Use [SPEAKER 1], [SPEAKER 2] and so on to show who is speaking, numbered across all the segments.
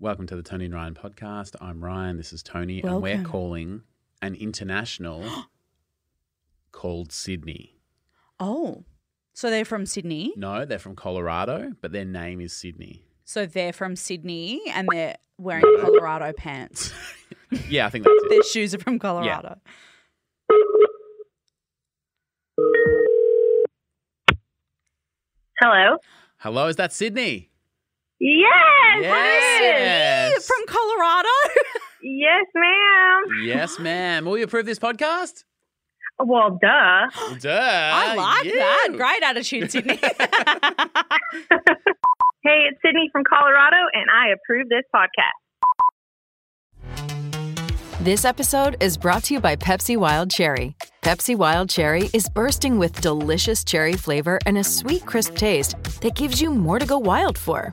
[SPEAKER 1] Welcome to the Tony and Ryan podcast. I'm Ryan. This is Tony, and
[SPEAKER 2] Welcome.
[SPEAKER 1] we're calling an international called Sydney.
[SPEAKER 2] Oh, so they're from Sydney.
[SPEAKER 1] No, they're from Colorado, but their name is Sydney.
[SPEAKER 2] So they're from Sydney and they're wearing Colorado pants.
[SPEAKER 1] Yeah, I think that's it.
[SPEAKER 2] Their shoes are from Colorado.
[SPEAKER 3] Hello.
[SPEAKER 1] Hello, is that Sydney?
[SPEAKER 3] Yes.
[SPEAKER 2] Sydney
[SPEAKER 1] Yes.
[SPEAKER 2] from Colorado.
[SPEAKER 3] Yes, ma'am.
[SPEAKER 1] Yes, ma'am. Will you approve this podcast?
[SPEAKER 3] Well, duh.
[SPEAKER 1] Duh. Uh,
[SPEAKER 2] I like
[SPEAKER 1] you.
[SPEAKER 2] that. Great attitude, Sydney.
[SPEAKER 3] Hey, it's Sydney from Colorado, and I approve this podcast.
[SPEAKER 4] This episode is brought to you by Pepsi Wild Cherry. Pepsi Wild Cherry is bursting with delicious cherry flavor and a sweet, crisp taste that gives you more to go wild for.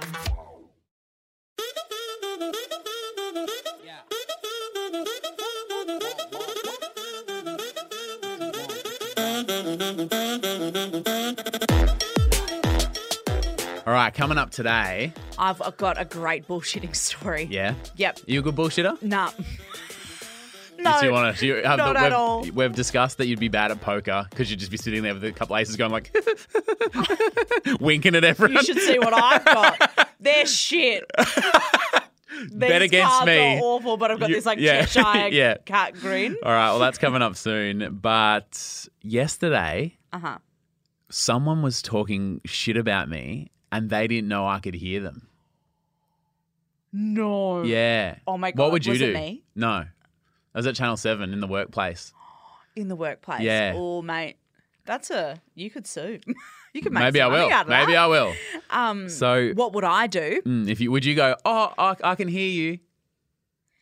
[SPEAKER 1] All right, coming up today.
[SPEAKER 2] I've got a great bullshitting story.
[SPEAKER 1] Yeah.
[SPEAKER 2] Yep.
[SPEAKER 1] You a good bullshitter?
[SPEAKER 2] Nah. No.
[SPEAKER 1] Do you want to? You, uh,
[SPEAKER 2] not
[SPEAKER 1] we've,
[SPEAKER 2] at all.
[SPEAKER 1] We've discussed that you'd be bad at poker because you'd just be sitting there with a couple aces going like, winking at everyone.
[SPEAKER 2] You should see what I've got. They're shit. These
[SPEAKER 1] Bet against
[SPEAKER 2] cards
[SPEAKER 1] me.
[SPEAKER 2] Are awful, but I've got
[SPEAKER 1] You-
[SPEAKER 2] this like
[SPEAKER 1] yeah.
[SPEAKER 2] Cheshire
[SPEAKER 1] Yeah.
[SPEAKER 2] cat green.
[SPEAKER 1] All right, well, that's coming up soon. But yesterday,
[SPEAKER 2] Uh huh.
[SPEAKER 1] someone was talking shit about me and they didn't know I could hear them.
[SPEAKER 2] No.
[SPEAKER 1] Yeah.
[SPEAKER 2] Oh my
[SPEAKER 1] What
[SPEAKER 2] God,
[SPEAKER 1] would you
[SPEAKER 2] was
[SPEAKER 1] do?
[SPEAKER 2] it me?
[SPEAKER 1] No. I was at Channel 7 in the workplace.
[SPEAKER 2] In the workplace.
[SPEAKER 1] Yeah.
[SPEAKER 2] Oh, mate. That's a. You could sue. you could make
[SPEAKER 1] Maybe I
[SPEAKER 2] some
[SPEAKER 1] will.
[SPEAKER 2] money Out of
[SPEAKER 1] Maybe I will.
[SPEAKER 2] I. Um.
[SPEAKER 1] So,
[SPEAKER 2] What would I do?
[SPEAKER 1] mm, if you would you go, "Oh, I, I can hear you."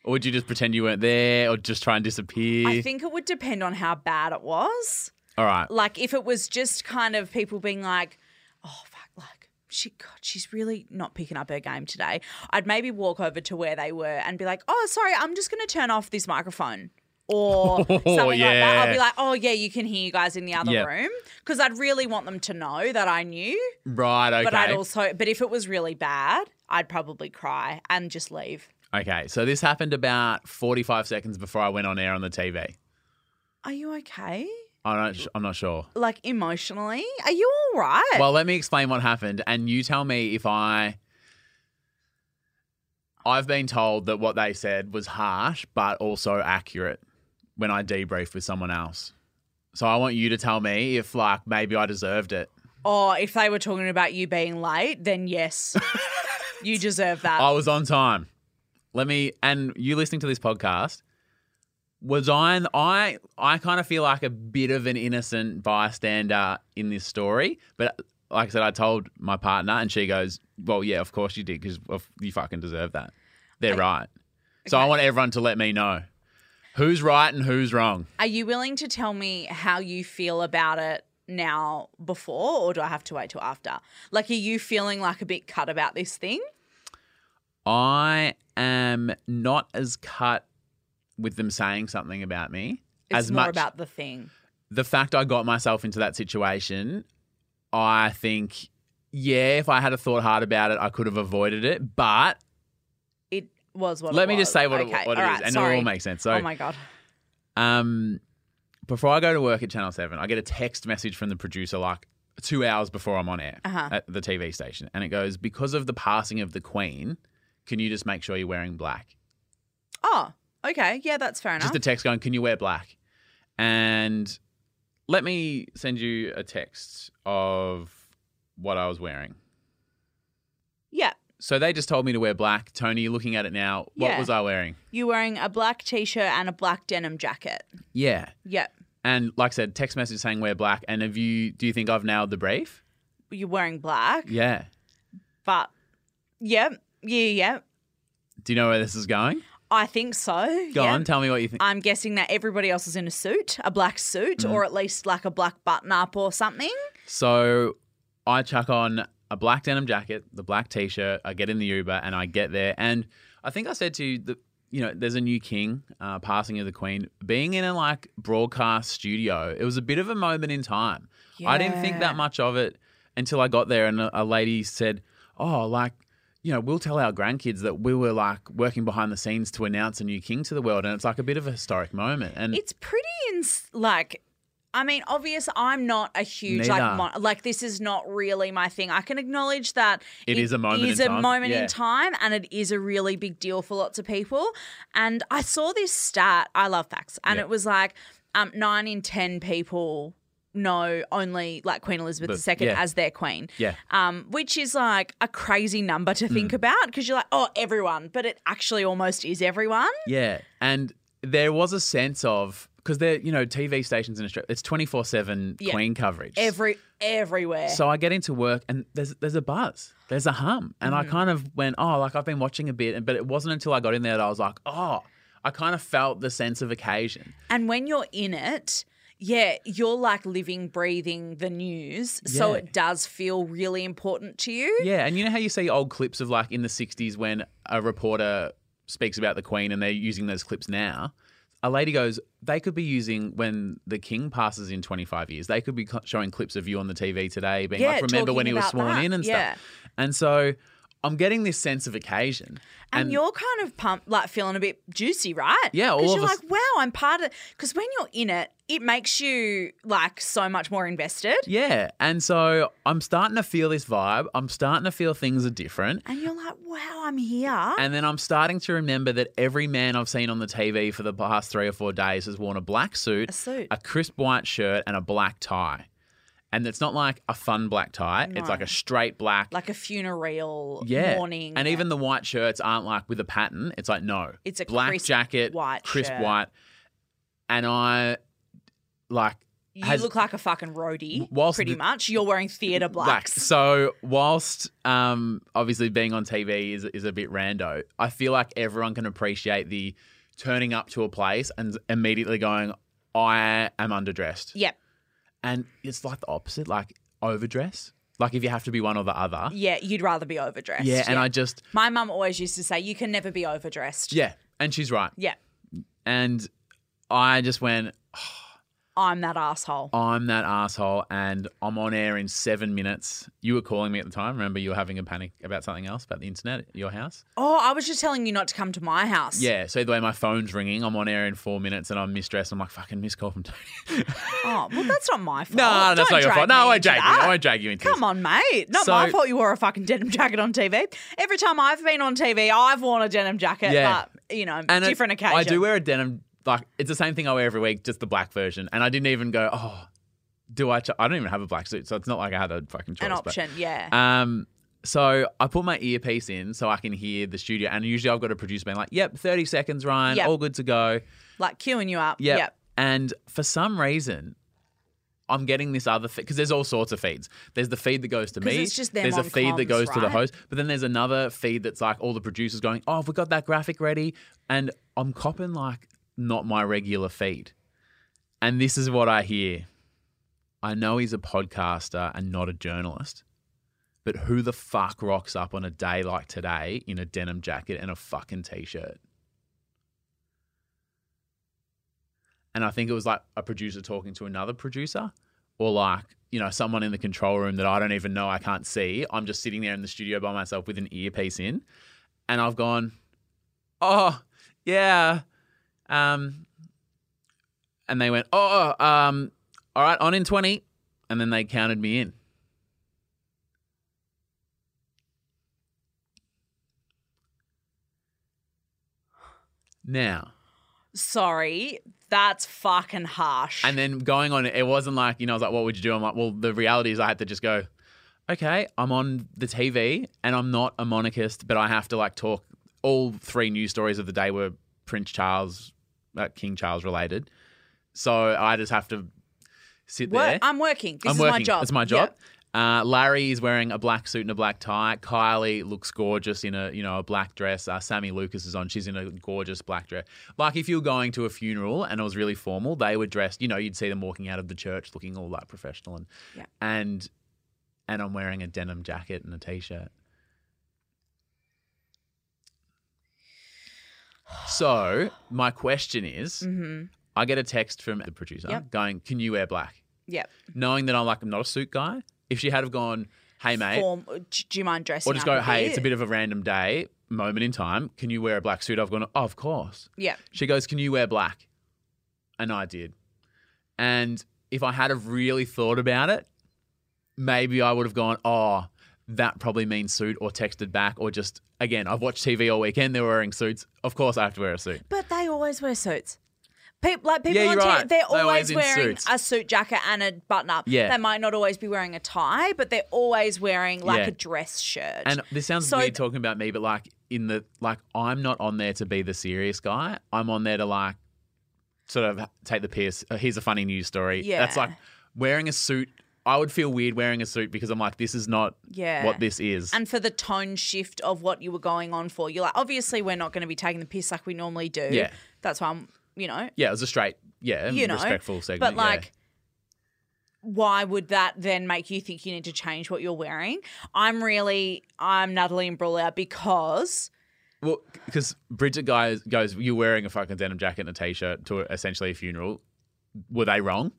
[SPEAKER 1] Or would you just pretend you weren't there or just try and disappear?
[SPEAKER 2] I think it would depend on how bad it was.
[SPEAKER 1] All right.
[SPEAKER 2] Like if it was just kind of people being like, "Oh fuck," like she, God, she's really not picking up her game today. I'd maybe walk over to where they were and be like, "Oh, sorry, I'm just going to turn off this microphone." Or something like that.
[SPEAKER 1] yeah.
[SPEAKER 2] I'd be like, oh, yeah, you can hear you guys in the other
[SPEAKER 1] Yeah.
[SPEAKER 2] room. Because I'd really want them to know that I knew.
[SPEAKER 1] Right, okay.
[SPEAKER 2] But I'd also, but if it was really bad, I'd probably cry and just leave.
[SPEAKER 1] okay, so this happened about 45 seconds before I went on air on the TV.
[SPEAKER 2] Are you okay?
[SPEAKER 1] I'm not, sh- I'm not sure.
[SPEAKER 2] Like emotionally? Are you all right?
[SPEAKER 1] Well, let me explain what happened, and you tell me if I. I've been told that what they said was harsh, but also accurate when I debrief with someone else. So I want you to tell me if, like, maybe I deserved it.
[SPEAKER 2] Or if they were talking about you being late, then yes, you deserve that.
[SPEAKER 1] I was on time. Let me and you listening to this podcast. Was I? in- I I kind of feel like a bit of an innocent bystander in this story, but like I said, I told my partner, and she goes, "Well, yeah, of course you did, because you fucking deserve that. They're right." So I want everyone to let me know who's right and who's wrong.
[SPEAKER 2] Are you willing to tell me how you feel about it now before, or do I have to wait till after? Like, are you feeling like a bit cut about this thing?
[SPEAKER 1] I am not as cut with them saying something about me
[SPEAKER 2] It's
[SPEAKER 1] as
[SPEAKER 2] more
[SPEAKER 1] much
[SPEAKER 2] about the thing.
[SPEAKER 1] the fact I got myself into that situation, I think, yeah, if I had a thought hard about it, I could have avoided it. But
[SPEAKER 2] It was what
[SPEAKER 1] let
[SPEAKER 2] it
[SPEAKER 1] me just
[SPEAKER 2] was.
[SPEAKER 1] say what
[SPEAKER 2] Okay,
[SPEAKER 1] it, what it
[SPEAKER 2] all
[SPEAKER 1] is,
[SPEAKER 2] right,
[SPEAKER 1] and
[SPEAKER 2] sorry.
[SPEAKER 1] it all makes sense. So,
[SPEAKER 2] oh my god.
[SPEAKER 1] um, before I go to work at Channel Seven, I get a text message from the producer like two hours before I'm on air
[SPEAKER 2] Uh-huh.
[SPEAKER 1] at the TV station, and it goes, "Because of the passing of the Queen, can you just make sure you're wearing black?"
[SPEAKER 2] Oh, okay. Yeah, that's fair enough.
[SPEAKER 1] Just a text going, "Can you wear black?" And let me send you a text of what I was wearing.
[SPEAKER 2] yeah,
[SPEAKER 1] So they just told me to wear black. Tony, looking at it now, what
[SPEAKER 2] Yeah.
[SPEAKER 1] was I wearing?
[SPEAKER 2] you wearing a black t-shirt and a black denim jacket.
[SPEAKER 1] Yeah.
[SPEAKER 2] Yep.
[SPEAKER 1] And like I said, text message saying wear black. And have you? Do you think I've nailed the brief?
[SPEAKER 2] You're wearing black,
[SPEAKER 1] Yeah.
[SPEAKER 2] but yep, yeah, yeah.
[SPEAKER 1] Do you know where this is going?
[SPEAKER 2] I think so.
[SPEAKER 1] Go
[SPEAKER 2] yeah.
[SPEAKER 1] on, tell me what you think.
[SPEAKER 2] I'm guessing that everybody else is in a suit, a black
[SPEAKER 1] Mm.
[SPEAKER 2] suit, or at least like a black button up or something.
[SPEAKER 1] So I chuck on a black denim jacket, the black t-shirt. I get in the Uber and I get there, and I think I said to you the, you know, there's a new king, uh, passing of the queen. Being in a like broadcast studio, it was a bit of a moment in time. I didn't think that much of it until I got there, and a, a lady said, "Oh, like." You know, we'll tell our grandkids that we were like working behind the scenes to announce a new king to the world, and it's like a bit of a historic moment. And
[SPEAKER 2] It's pretty ins- like I mean, obvious I'm not a huge
[SPEAKER 1] Neither.
[SPEAKER 2] like mon- like this is not really my thing. I can acknowledge that
[SPEAKER 1] It is a moment
[SPEAKER 2] is
[SPEAKER 1] in
[SPEAKER 2] a
[SPEAKER 1] time.
[SPEAKER 2] moment
[SPEAKER 1] Yeah.
[SPEAKER 2] in time and it is a really big deal for lots of people. And I saw this stat, I love facts, and
[SPEAKER 1] Yeah.
[SPEAKER 2] it was like um 9 in 10 people know only like Queen Elizabeth
[SPEAKER 1] But-
[SPEAKER 2] II
[SPEAKER 1] yeah.
[SPEAKER 2] as their queen.
[SPEAKER 1] Yeah. Mm.
[SPEAKER 2] Um, which is like a crazy number to think about because you're like, oh, everyone, but it actually almost is everyone.
[SPEAKER 1] Yeah, and there was a sense of because they're you know TV stations in Australia, it's twenty four seven
[SPEAKER 2] Yeah.
[SPEAKER 1] Queen coverage.
[SPEAKER 2] Every everywhere.
[SPEAKER 1] so I get into work and there's there's a buzz, there's a hum, and I kind of went oh like I've been watching a bit, and but it wasn't until I got in there that I was like oh I kind of felt the sense of occasion.
[SPEAKER 2] And when you're in it, yeah, you're like living, breathing the news. So
[SPEAKER 1] Yeah.
[SPEAKER 2] it does feel really important to you.
[SPEAKER 1] Yeah, and you know how you see old clips of like in the '60s when a reporter speaks about the Queen, and they're using those clips now. A lady goes, they could be using when the King passes in 25 years. They could be cl- showing clips of you on the TV today, being
[SPEAKER 2] Yeah,
[SPEAKER 1] like, "Remember when he
[SPEAKER 2] talking
[SPEAKER 1] was
[SPEAKER 2] about
[SPEAKER 1] sworn
[SPEAKER 2] that.
[SPEAKER 1] in and
[SPEAKER 2] Yeah.
[SPEAKER 1] stuff." And so, I'm getting this sense of occasion.
[SPEAKER 2] And, you're kind of pumped, like feeling a bit juicy, right?
[SPEAKER 1] Yeah, all
[SPEAKER 2] Because
[SPEAKER 1] of
[SPEAKER 2] you're
[SPEAKER 1] a s-
[SPEAKER 2] like, wow, I'm part of. Because when you're in it, it makes you like so much more invested.
[SPEAKER 1] yeah, and so I'm starting to feel this vibe. I'm starting to feel things are different.
[SPEAKER 2] And you're like, wow, I'm here.
[SPEAKER 1] And then I'm starting to remember that every man I've seen on the TV for the past three or four days has worn a black suit,
[SPEAKER 2] A suit.
[SPEAKER 1] a crisp white shirt, and a black tie. And it's not like a fun black tie, it's like a straight black.
[SPEAKER 2] like a funeral
[SPEAKER 1] yeah.
[SPEAKER 2] morning. uh,
[SPEAKER 1] And even the white shirts aren't like with a pattern. It's like, no.
[SPEAKER 2] It's a
[SPEAKER 1] black
[SPEAKER 2] crisp
[SPEAKER 1] jacket,
[SPEAKER 2] white
[SPEAKER 1] crisp
[SPEAKER 2] shirt.
[SPEAKER 1] white. And I, like,
[SPEAKER 2] you
[SPEAKER 1] has-
[SPEAKER 2] look like a fucking roadie,
[SPEAKER 1] Whilst
[SPEAKER 2] pretty
[SPEAKER 1] the-
[SPEAKER 2] much. You're wearing theatre
[SPEAKER 1] Black.
[SPEAKER 2] blacks.
[SPEAKER 1] So whilst um, obviously being on TV is is a bit rando, I feel like everyone can appreciate the turning up to a place and immediately going, "I am underdressed,"
[SPEAKER 2] Yep.
[SPEAKER 1] and it's like the opposite, like overdress. Like if you have to be one or the other,
[SPEAKER 2] Yeah, you'd rather be overdressed.
[SPEAKER 1] yeah. And I just
[SPEAKER 2] My mum always used to say, "You can never be overdressed."
[SPEAKER 1] yeah, and she's right,
[SPEAKER 2] Yeah,
[SPEAKER 1] and I just went,
[SPEAKER 2] I'm that asshole.
[SPEAKER 1] "I'm that asshole," and I'm on air in seven minutes. You were calling me at the time. Remember, you were having a panic about something else about the internet at your house.
[SPEAKER 2] Oh, I was just telling you not to come to my house.
[SPEAKER 1] Yeah. So either way, my phone's ringing. I'm on air in four minutes, and I'm misdressed. I'm like, fucking missed call from Tony.
[SPEAKER 2] Oh, well, that's not my fault.
[SPEAKER 1] no, no, that's
[SPEAKER 2] Oh,
[SPEAKER 1] not
[SPEAKER 2] Don't
[SPEAKER 1] your
[SPEAKER 2] drag
[SPEAKER 1] fault.
[SPEAKER 2] me
[SPEAKER 1] No, I won't
[SPEAKER 2] into
[SPEAKER 1] drag you.
[SPEAKER 2] that.
[SPEAKER 1] I won't drag you into
[SPEAKER 2] Come
[SPEAKER 1] this.
[SPEAKER 2] on, mate. Not
[SPEAKER 1] So-
[SPEAKER 2] my fault you wore a fucking denim jacket on TV. Every time I've been on TV, I've worn a denim jacket,
[SPEAKER 1] Yeah.
[SPEAKER 2] but you know,
[SPEAKER 1] it-
[SPEAKER 2] different occasion.
[SPEAKER 1] I do wear a denim. Like it's the same thing I wear every week, just the black version. And I didn't even go, oh, do I? Ch-? I don't even have a black suit, so it's not like I had a fucking choice.
[SPEAKER 2] an
[SPEAKER 1] but-
[SPEAKER 2] option. yeah.
[SPEAKER 1] Um, so I put my earpiece in so I can hear the studio. And usually I've got a producer being like, yep, 30 seconds, Ryan,
[SPEAKER 2] Yep.
[SPEAKER 1] all good to go.
[SPEAKER 2] like queuing you up.
[SPEAKER 1] Yeah.
[SPEAKER 2] Yeah.
[SPEAKER 1] And for some reason, I'm getting this other because there's all sorts of feeds. There's the feed that goes to
[SPEAKER 2] 'Cause
[SPEAKER 1] me.
[SPEAKER 2] it's just them
[SPEAKER 1] there's a
[SPEAKER 2] on
[SPEAKER 1] feed that
[SPEAKER 2] comms,
[SPEAKER 1] goes to the
[SPEAKER 2] right?
[SPEAKER 1] host, but then there's another feed that's like all the producers going, "Oh, have we got that graphic ready?" And I'm copping like not my regular feed. And this is what I hear. I know he's a podcaster and not a journalist, but who the fuck rocks up on a day like today in a denim jacket and a fucking t-shirt? and I think it was like a producer talking to another producer, or like you know someone in the control room that I don't even know, I can't see. I'm just sitting there in the studio by myself with an earpiece in, and I've gone, oh yeah, um, and they went, oh um, all right, on in twenty, and then they counted me in. Now.
[SPEAKER 2] Sorry, that's fucking harsh.
[SPEAKER 1] And then going on, it wasn't like, you know, I was like, what would you do? I'm like, well, the reality is I had to just go, okay, I'm on the TV and I'm not a monarchist, but I have to like talk. All three news stories of the day were Prince Charles, uh, King Charles related. So I just have to sit
[SPEAKER 2] Work-
[SPEAKER 1] there.
[SPEAKER 2] I'm working. This
[SPEAKER 1] I'm
[SPEAKER 2] is
[SPEAKER 1] working.
[SPEAKER 2] my job.
[SPEAKER 1] It's my job. Uh, Larry is wearing a black suit and a black tie. Kylie looks gorgeous in a you know a black dress. Uh, Sammy Lucas is on. She's in a gorgeous black dress. Like if you were going to a funeral and it was really formal, they were dressed. You know, you'd see them walking out of the church looking all like professional and
[SPEAKER 2] Yeah.
[SPEAKER 1] and and I'm wearing a denim jacket and a t-shirt. So my question is, I get a text from the producer
[SPEAKER 2] Mm-hmm. Yep.
[SPEAKER 1] going, "Can you wear black?"
[SPEAKER 2] Yep.
[SPEAKER 1] Knowing that I'm like, I'm not a suit guy. If she had have gone, "Hey mate,"
[SPEAKER 2] Form, uh, d- do you mind dressing
[SPEAKER 1] or just
[SPEAKER 2] up
[SPEAKER 1] go, "Hey, it's a bit of a random day, moment in time. Can you wear a black suit?" I've gone, "Of course."
[SPEAKER 2] Yeah.
[SPEAKER 1] She goes, Can you wear black? And I did. And if I had have really thought about it, maybe I would have gone, Oh, that probably means suit or texted back or just again, I've watched TV all weekend, they're wearing suits. Of course I have to wear a suit.
[SPEAKER 2] But they always wear suits. People like people
[SPEAKER 1] Yeah,
[SPEAKER 2] on
[SPEAKER 1] you're
[SPEAKER 2] TV,
[SPEAKER 1] right.
[SPEAKER 2] they're
[SPEAKER 1] They're
[SPEAKER 2] always,
[SPEAKER 1] always in
[SPEAKER 2] wearing
[SPEAKER 1] suits.
[SPEAKER 2] a suit jacket and a button up.
[SPEAKER 1] Yeah.
[SPEAKER 2] They might not always be wearing a tie, but they're always wearing like
[SPEAKER 1] Yeah.
[SPEAKER 2] a dress shirt.
[SPEAKER 1] And this sounds
[SPEAKER 2] So-
[SPEAKER 1] weird talking about me, but like in the like I'm not on there to be the serious guy. I'm on there to like sort of take the piss. Uh, Here's a funny news story. That's
[SPEAKER 2] Yeah.
[SPEAKER 1] like wearing a suit. I would feel weird wearing a suit because I'm like, this is not
[SPEAKER 2] Yeah.
[SPEAKER 1] what this is.
[SPEAKER 2] and for the tone shift of what you were going on for. You're like, obviously, we're not going to be taking the piss like we normally do.
[SPEAKER 1] Yeah.
[SPEAKER 2] That's why I'm, you know,
[SPEAKER 1] Yeah, it was a straight, yeah, and
[SPEAKER 2] you know,
[SPEAKER 1] respectful segment.
[SPEAKER 2] But
[SPEAKER 1] yeah.
[SPEAKER 2] like, why would that then make you think you need to change what you're wearing? I'm really, I'm Natalie Imbruglia because
[SPEAKER 1] well, because Bridget guys goes, you're wearing a fucking denim jacket and a t-shirt to essentially a funeral. Were they wrong?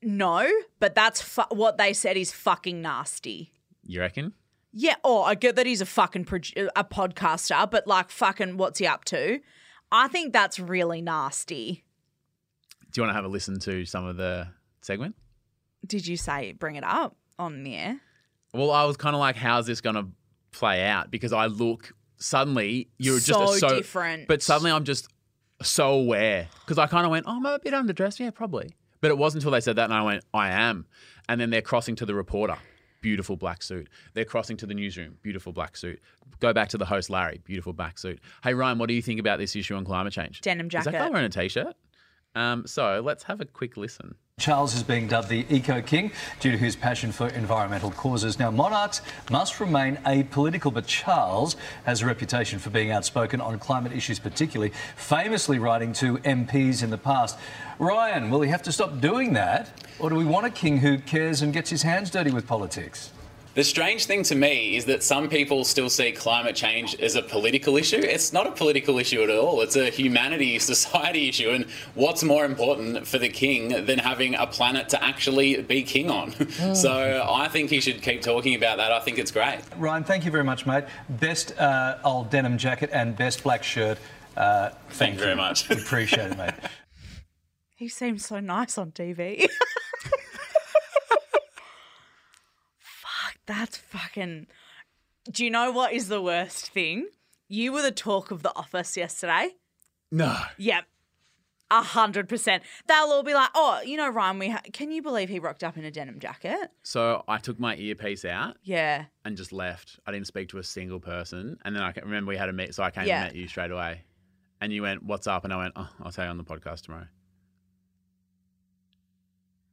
[SPEAKER 2] no, but that's fu- what they said is fucking nasty.
[SPEAKER 1] You reckon?
[SPEAKER 2] Yeah, oh, I get that he's a fucking produ- a podcaster, but like, fucking, what's he up to? I think that's really nasty.
[SPEAKER 1] Do you want to have a listen to some of the segment?
[SPEAKER 2] Did you say bring it up on the air?
[SPEAKER 1] Well, I was kind of like, how's this going to play out? Because I look suddenly you're
[SPEAKER 2] So
[SPEAKER 1] just so
[SPEAKER 2] different.
[SPEAKER 1] but suddenly I'm just so aware because I kind of went, oh, I'm a bit underdressed, yeah, probably. But it wasn't until they said that, and I went, I am. And then they're crossing to the reporter, beautiful black suit. They're crossing to the newsroom, beautiful black suit. Go back to the host, Larry, beautiful black suit. Hey Ryan, what do you think about this issue on climate change?
[SPEAKER 2] Denim
[SPEAKER 1] Is that guy
[SPEAKER 2] jacket.
[SPEAKER 1] wearing a t-shirt? Um, so let's have a quick listen.
[SPEAKER 5] Charles is being dubbed the Eco King due to his passion for environmental causes. Now, monarchs must remain apolitical, but Charles has a reputation for being outspoken on climate issues, particularly famously writing to MPs in the past. Ryan, will he have to stop doing that? Or do we want a king who cares and gets his hands dirty with politics?
[SPEAKER 6] The strange thing to me is that some people still see climate change as a political issue. It's not a political issue at all. It's a humanity, society issue. And what's more important for the king than having a planet to actually be king on? So I think he should keep talking about that. I think it's great.
[SPEAKER 5] Ryan, thank you very much, mate. Best uh, old denim jacket and best black shirt. Uh,
[SPEAKER 6] Thank you very much.
[SPEAKER 5] appreciate it, mate.
[SPEAKER 2] He seems so nice on TV. Fuck, that's fucking. Do you know what is the worst thing? You were the talk of the office yesterday.
[SPEAKER 1] No.
[SPEAKER 2] Yep. A hundred percent. They'll all be like, "Oh, you know, Ryan, we ha- can you believe he rocked up in a denim jacket?"
[SPEAKER 1] So I took my earpiece out
[SPEAKER 2] Yeah,
[SPEAKER 1] and just left. I didn't speak to a single person. And then I ca- remember we had a meet, so I came
[SPEAKER 2] Yeah.
[SPEAKER 1] and met you straight away. And you went, "What's up?" And I went, "Oh, I'll tell you on the podcast tomorrow."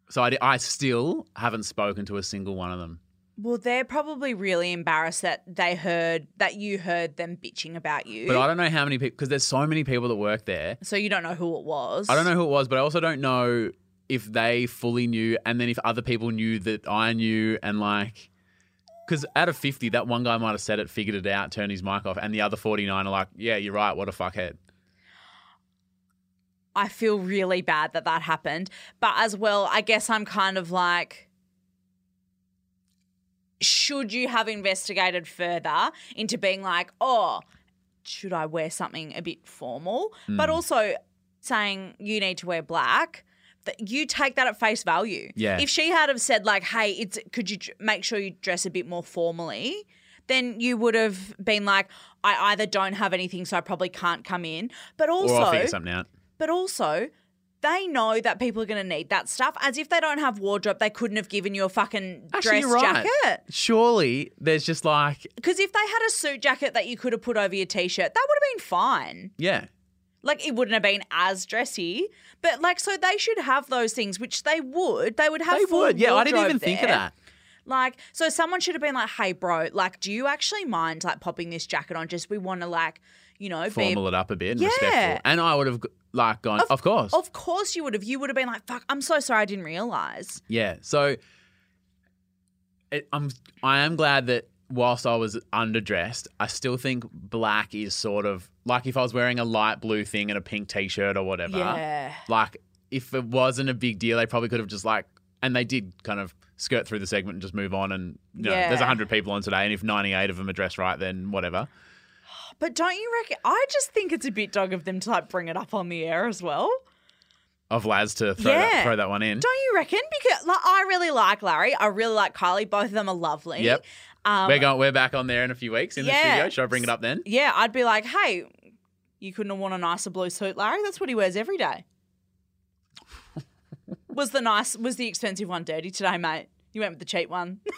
[SPEAKER 1] So I, di- I still haven't spoken to a single one of them.
[SPEAKER 2] Well, they're probably really embarrassed that they heard that you heard them bitching about you.
[SPEAKER 1] But I don't know how many people because there's so many people that work there.
[SPEAKER 2] so you don't know who it was.
[SPEAKER 1] I don't know who it was, but I also don't know if they fully knew, and then if other people knew that I knew, and like, because out of fifty, that one guy might have said it, figured it out, turned his mic off, and the other forty nine are like, "Yeah, you're right. What a fuckhead."
[SPEAKER 2] I feel really bad that that happened. But as well, I guess I'm kind of like, should you have investigated further into being like, oh, should I wear something a bit formal? But
[SPEAKER 1] Hmm.
[SPEAKER 2] also saying you need to wear black. that You take that at face value.
[SPEAKER 1] Yeah.
[SPEAKER 2] If she had have said like, "Hey, it's could you dr- make sure you dress a bit more formally?" Then you would have been like, "I either don't have anything, so I probably can't come in." But also,
[SPEAKER 1] or I'll figure something out.
[SPEAKER 2] but also they know that people are going to need that stuff. As if they don't have wardrobe, they couldn't have given you a fucking dress jacket.
[SPEAKER 1] Surely there's just like,
[SPEAKER 2] Because if they had a suit jacket that you could have put over your t-shirt, that would have been fine.
[SPEAKER 1] yeah,
[SPEAKER 2] Like it wouldn't have been as dressy, but like so they should have those things, which they would. They would have.
[SPEAKER 1] they
[SPEAKER 2] full
[SPEAKER 1] would. Yeah, I didn't
[SPEAKER 2] wardrobe
[SPEAKER 1] even think of
[SPEAKER 2] there.
[SPEAKER 1] that.
[SPEAKER 2] Like, so someone should have been like, "Hey, bro, like, do you actually mind like popping this jacket on? Just we want to like, you know, be
[SPEAKER 1] Formal it up a bit and
[SPEAKER 2] Yeah.
[SPEAKER 1] respectful. And I would have g- like gone, of, course.
[SPEAKER 2] Of course you would have. You would have been like, "Fuck, I'm so sorry, I didn't realize."
[SPEAKER 1] Yeah. So it, I'm I am glad that whilst I was underdressed, I still think black is sort of like if I was wearing a light blue thing and a pink t-shirt or whatever.
[SPEAKER 2] Yeah.
[SPEAKER 1] Like if it wasn't a big deal, they probably could have just like and they did kind of skirt through the segment and just move on and you know,
[SPEAKER 2] Yeah.
[SPEAKER 1] there's 100 people on today and if 98 of them are dressed right then whatever.
[SPEAKER 2] But don't you reckon? I just think it's a bit dog of them to like bring it up on the air as well.
[SPEAKER 1] Of Laz to throw that
[SPEAKER 2] Yeah.
[SPEAKER 1] throw that one in.
[SPEAKER 2] Don't you reckon? Because like, I really like Larry. I really like Kylie. Both of them are lovely.
[SPEAKER 1] Yep.
[SPEAKER 2] Um,
[SPEAKER 1] we're going we're back on there in a few weeks in the
[SPEAKER 2] Yeah.
[SPEAKER 1] studio. Should I bring it up then?
[SPEAKER 2] yeah, I'd be like, hey, you couldn't have worn a nicer blue suit, Larry. That's what he wears every day. was the nice? Was the expensive one dirty today, mate? You went with the cheap one.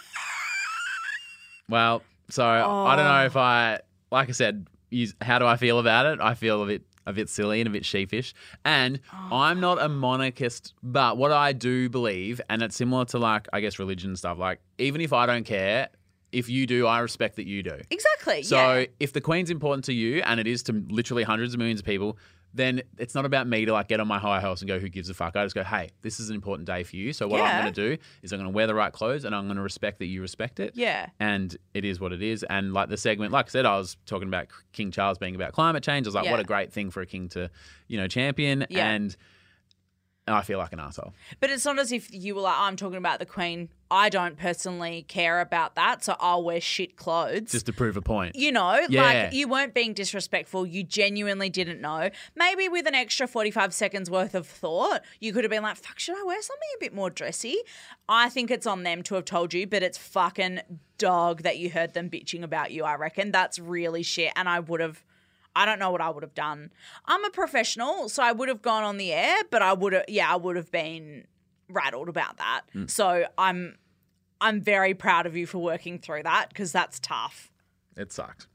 [SPEAKER 1] Well, so I don't know
[SPEAKER 2] Oh.
[SPEAKER 1] if I, like I said, you, how do I feel about it? I feel a bit a bit silly and a bit sheepish. And
[SPEAKER 2] Oh.
[SPEAKER 1] I'm not a monarchist, but what I do believe, and it's similar to like I guess religion and stuff. Like even if I don't care, if you do, I respect that you do.
[SPEAKER 2] exactly.
[SPEAKER 1] So
[SPEAKER 2] yeah.
[SPEAKER 1] if the Queen's important to you, and it is to literally hundreds of millions of people, then it's not about me to like get on my high horse and go, "Who gives a fuck?" I just go, "Hey, this is an important day for you. So what I'm
[SPEAKER 2] Yeah.
[SPEAKER 1] going to do is I'm going to wear the right clothes, and I'm going to respect that you respect it."
[SPEAKER 2] Yeah.
[SPEAKER 1] and it is what it is. And like the segment, like I said, I was talking about King Charles being about climate change. I was like,
[SPEAKER 2] Yeah.
[SPEAKER 1] what a great thing for a king to, you know, champion.
[SPEAKER 2] Yeah.
[SPEAKER 1] And I feel like an asshole.
[SPEAKER 2] But it's not as if you were like, I'm talking about the Queen. I don't personally care about that, so I'll wear shit clothes.
[SPEAKER 1] Just to prove a point.
[SPEAKER 2] you know,
[SPEAKER 1] Yeah.
[SPEAKER 2] like you weren't being disrespectful. You genuinely didn't know. Maybe with an extra 45 seconds worth of thought, you could have been like, fuck, should I wear something a bit more dressy? I think it's on them to have told you, but it's fucking dog that you heard them bitching about you, I reckon. That's really shit. And I would have. I don't know what I would have done. I'm a professional, so I would have gone on the air, but I would have, yeah, I would have been rattled about that. So I'm, I'm very proud of you for working through that because that's tough.
[SPEAKER 1] It sucks.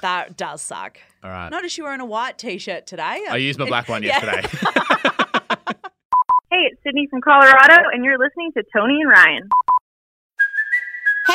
[SPEAKER 2] That does suck.
[SPEAKER 1] All right.
[SPEAKER 2] Notice you were in a white t-shirt today.
[SPEAKER 1] I used my black one
[SPEAKER 2] Yeah.
[SPEAKER 1] yesterday.
[SPEAKER 3] Hey, it's Sydney from Colorado, and you're listening to Tony and Ryan.
[SPEAKER 7] Hey,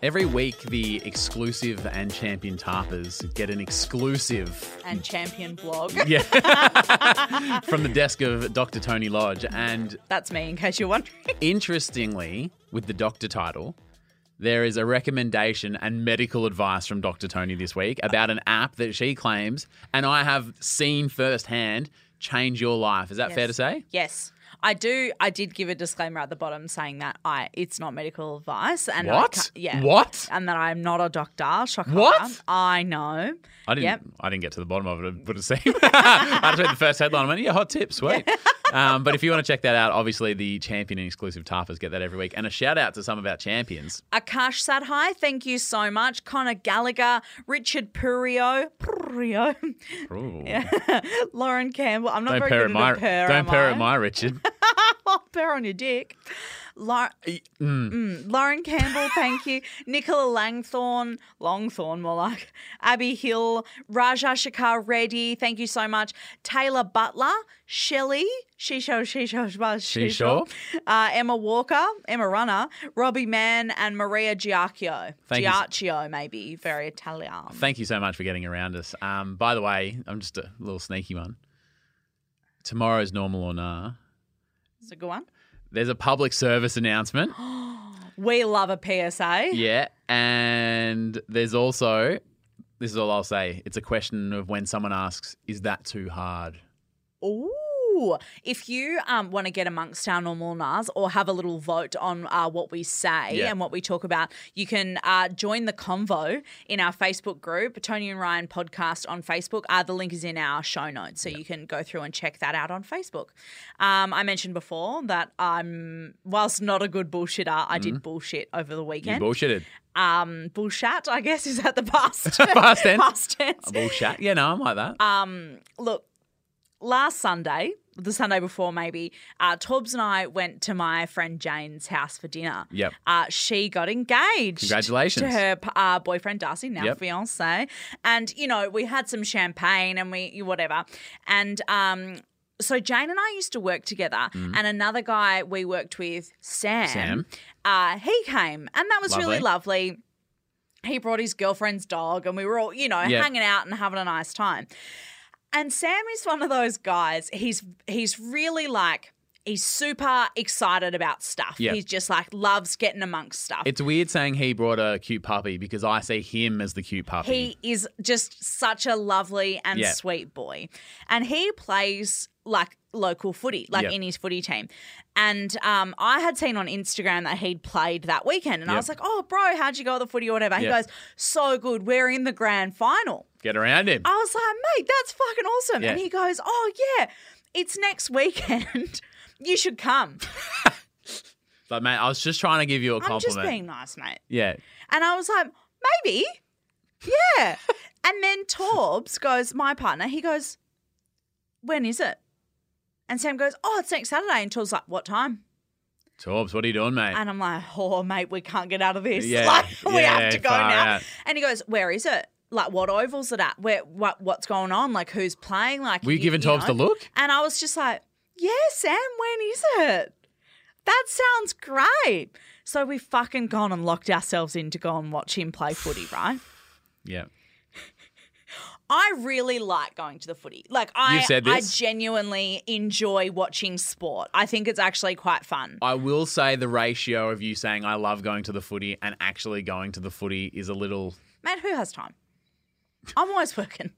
[SPEAKER 1] Every week, the exclusive and champion tarpers get an exclusive
[SPEAKER 2] and champion blog.
[SPEAKER 1] yeah. from the desk of Dr. Tony Lodge. And
[SPEAKER 2] That's me, in case you're wondering.
[SPEAKER 1] interestingly, with the doctor title, there is a recommendation and medical advice from Dr. Tony this week about an app that she claims, and I have seen firsthand, change your life. Is that fair to say?
[SPEAKER 2] Yes. I do. I did give a disclaimer at the bottom saying that I it's not medical advice and I
[SPEAKER 1] What?
[SPEAKER 2] can't- yeah
[SPEAKER 1] What?
[SPEAKER 2] and that I'm not a doctor. Shock
[SPEAKER 1] What?
[SPEAKER 2] horror. I know.
[SPEAKER 1] I didn't.
[SPEAKER 2] Yep.
[SPEAKER 1] I didn't get to the bottom of it. It would have seemed. I just read the first headline. I went, "Yeah, hot tip, sweet." um, but if you want to check that out, obviously the champion and exclusive tarpers get that every week. And a shout out to some of our champions.
[SPEAKER 2] Akash Sadhai, thank you so much. Connor Gallagher, Richard Purio, Purio,
[SPEAKER 1] Ooh.
[SPEAKER 2] Lauren Campbell. I'm not
[SPEAKER 1] Don't
[SPEAKER 2] very
[SPEAKER 1] purr at
[SPEAKER 2] good at
[SPEAKER 1] my.
[SPEAKER 2] a purr,
[SPEAKER 1] don't
[SPEAKER 2] am
[SPEAKER 1] purr
[SPEAKER 2] I?
[SPEAKER 1] at my Richard.
[SPEAKER 2] Oh, bear on your dick. La-
[SPEAKER 1] E,
[SPEAKER 2] Mm. Lauren Campbell, thank you. Nicola Langthorne, Longthorne more like. Abby Hill, Raja Shakar Reddy, thank you so much. Taylor Butler, Shelley, Shisho, Shisho, Shisho,
[SPEAKER 1] Shisho.
[SPEAKER 2] uh, Emma Walker, Emma Runner, Robbie Mann, and Maria Giacchio.
[SPEAKER 1] Thank you.
[SPEAKER 2] Giacchio, maybe, very Italian.
[SPEAKER 1] Thank you so much for getting around us. Um, by the way, I'm just a little sneaky one. Tomorrow's normal or nah.
[SPEAKER 2] That's a good one.
[SPEAKER 1] There's a public service announcement.
[SPEAKER 2] We love a PSA.
[SPEAKER 1] yeah. And there's also, this is all I'll say, it's a question of when someone asks, is that too hard?
[SPEAKER 2] Ooh. Ooh, if you um, want to get amongst our normal NAS or have a little vote on uh, what we say
[SPEAKER 1] Yeah.
[SPEAKER 2] and what we talk about, you can uh, join the convo in our Facebook group, Tony and Ryan Podcast on Facebook. Uh, the link is in our show notes, so you can go through and check that out on Facebook. Um, I mentioned before that I'm, whilst not a good bullshitter, I did bullshit over the
[SPEAKER 1] Mm-hmm. You
[SPEAKER 2] weekend.
[SPEAKER 1] bullshitted.
[SPEAKER 2] um, bullshat, I guess, is at the past.
[SPEAKER 1] Past tense.
[SPEAKER 2] Past tense.
[SPEAKER 1] Bullshit. Yeah, no, I'm like that.
[SPEAKER 2] Uh, look, last Sunday, the Sunday before maybe, uh, Torbs and I went to my friend Jane's house for dinner.
[SPEAKER 1] Yep.
[SPEAKER 2] Uh, she got engaged.
[SPEAKER 1] Congratulations.
[SPEAKER 2] To her p- uh, boyfriend Darcy, now
[SPEAKER 1] Yep.
[SPEAKER 2] fiance. And, you know, we had some champagne and we, whatever. And, um, so Jane and I used to work together, and another guy we worked with, Sam,
[SPEAKER 1] Mm-hmm. Sam.
[SPEAKER 2] Uh, he came, and that was really lovely. He brought his girlfriend's dog, and we were all, you know,
[SPEAKER 1] Yeah.
[SPEAKER 2] hanging out and having a nice time. And Sam is one of those guys. He's he's really like he's super excited about stuff.
[SPEAKER 1] Yeah.
[SPEAKER 2] He's just like loves getting amongst stuff.
[SPEAKER 1] it's weird saying he brought a cute puppy because I see him as the cute puppy.
[SPEAKER 2] He is just such a lovely and
[SPEAKER 1] Yeah.
[SPEAKER 2] sweet boy. And he plays like local footy, like
[SPEAKER 1] Yeah.
[SPEAKER 2] in his footy team. And um, I had seen on Instagram that he'd played that weekend. And I
[SPEAKER 1] Yeah.
[SPEAKER 2] was like, oh, bro, how'd you go at the footy or whatever? He
[SPEAKER 1] Yeah.
[SPEAKER 2] goes, so good. We're in the grand final.
[SPEAKER 1] Get around him.
[SPEAKER 2] I was like, mate, that's fucking awesome.
[SPEAKER 1] Yeah.
[SPEAKER 2] And he goes, oh, yeah, it's next weekend. you should come.
[SPEAKER 1] Like, mate, I was just trying to give you a
[SPEAKER 2] I'm
[SPEAKER 1] compliment.
[SPEAKER 2] just being nice, mate.
[SPEAKER 1] yeah.
[SPEAKER 2] And I was like, maybe. Yeah. and then Torbs goes, my partner, he goes, when is it? And Sam goes, oh, it's next Saturday. And Torbs like, what time?
[SPEAKER 1] Torbs, what are you doing, mate?
[SPEAKER 2] And I'm like, oh, mate, we can't get out of this.
[SPEAKER 1] Yeah.
[SPEAKER 2] Like, we
[SPEAKER 1] Yeah,
[SPEAKER 2] have to go
[SPEAKER 1] far
[SPEAKER 2] now.
[SPEAKER 1] out.
[SPEAKER 2] And he goes, where is it? Like, what oval's it at? Where, what, what's going on? Like, who's playing? Like,
[SPEAKER 1] Were you giving Torbs the look?
[SPEAKER 2] And I was just like, yeah, Sam, when is it? That sounds great. So we fucking gone and locked ourselves in to go and watch him play footy, right?
[SPEAKER 1] yeah.
[SPEAKER 2] I really like going to the footy. Like I,
[SPEAKER 1] You've said this?
[SPEAKER 2] I genuinely enjoy watching sport. I think it's actually quite fun.
[SPEAKER 1] I will say the ratio of you saying I love going to the footy and actually going to the footy is a little.
[SPEAKER 2] Man, who has time? I'm always working.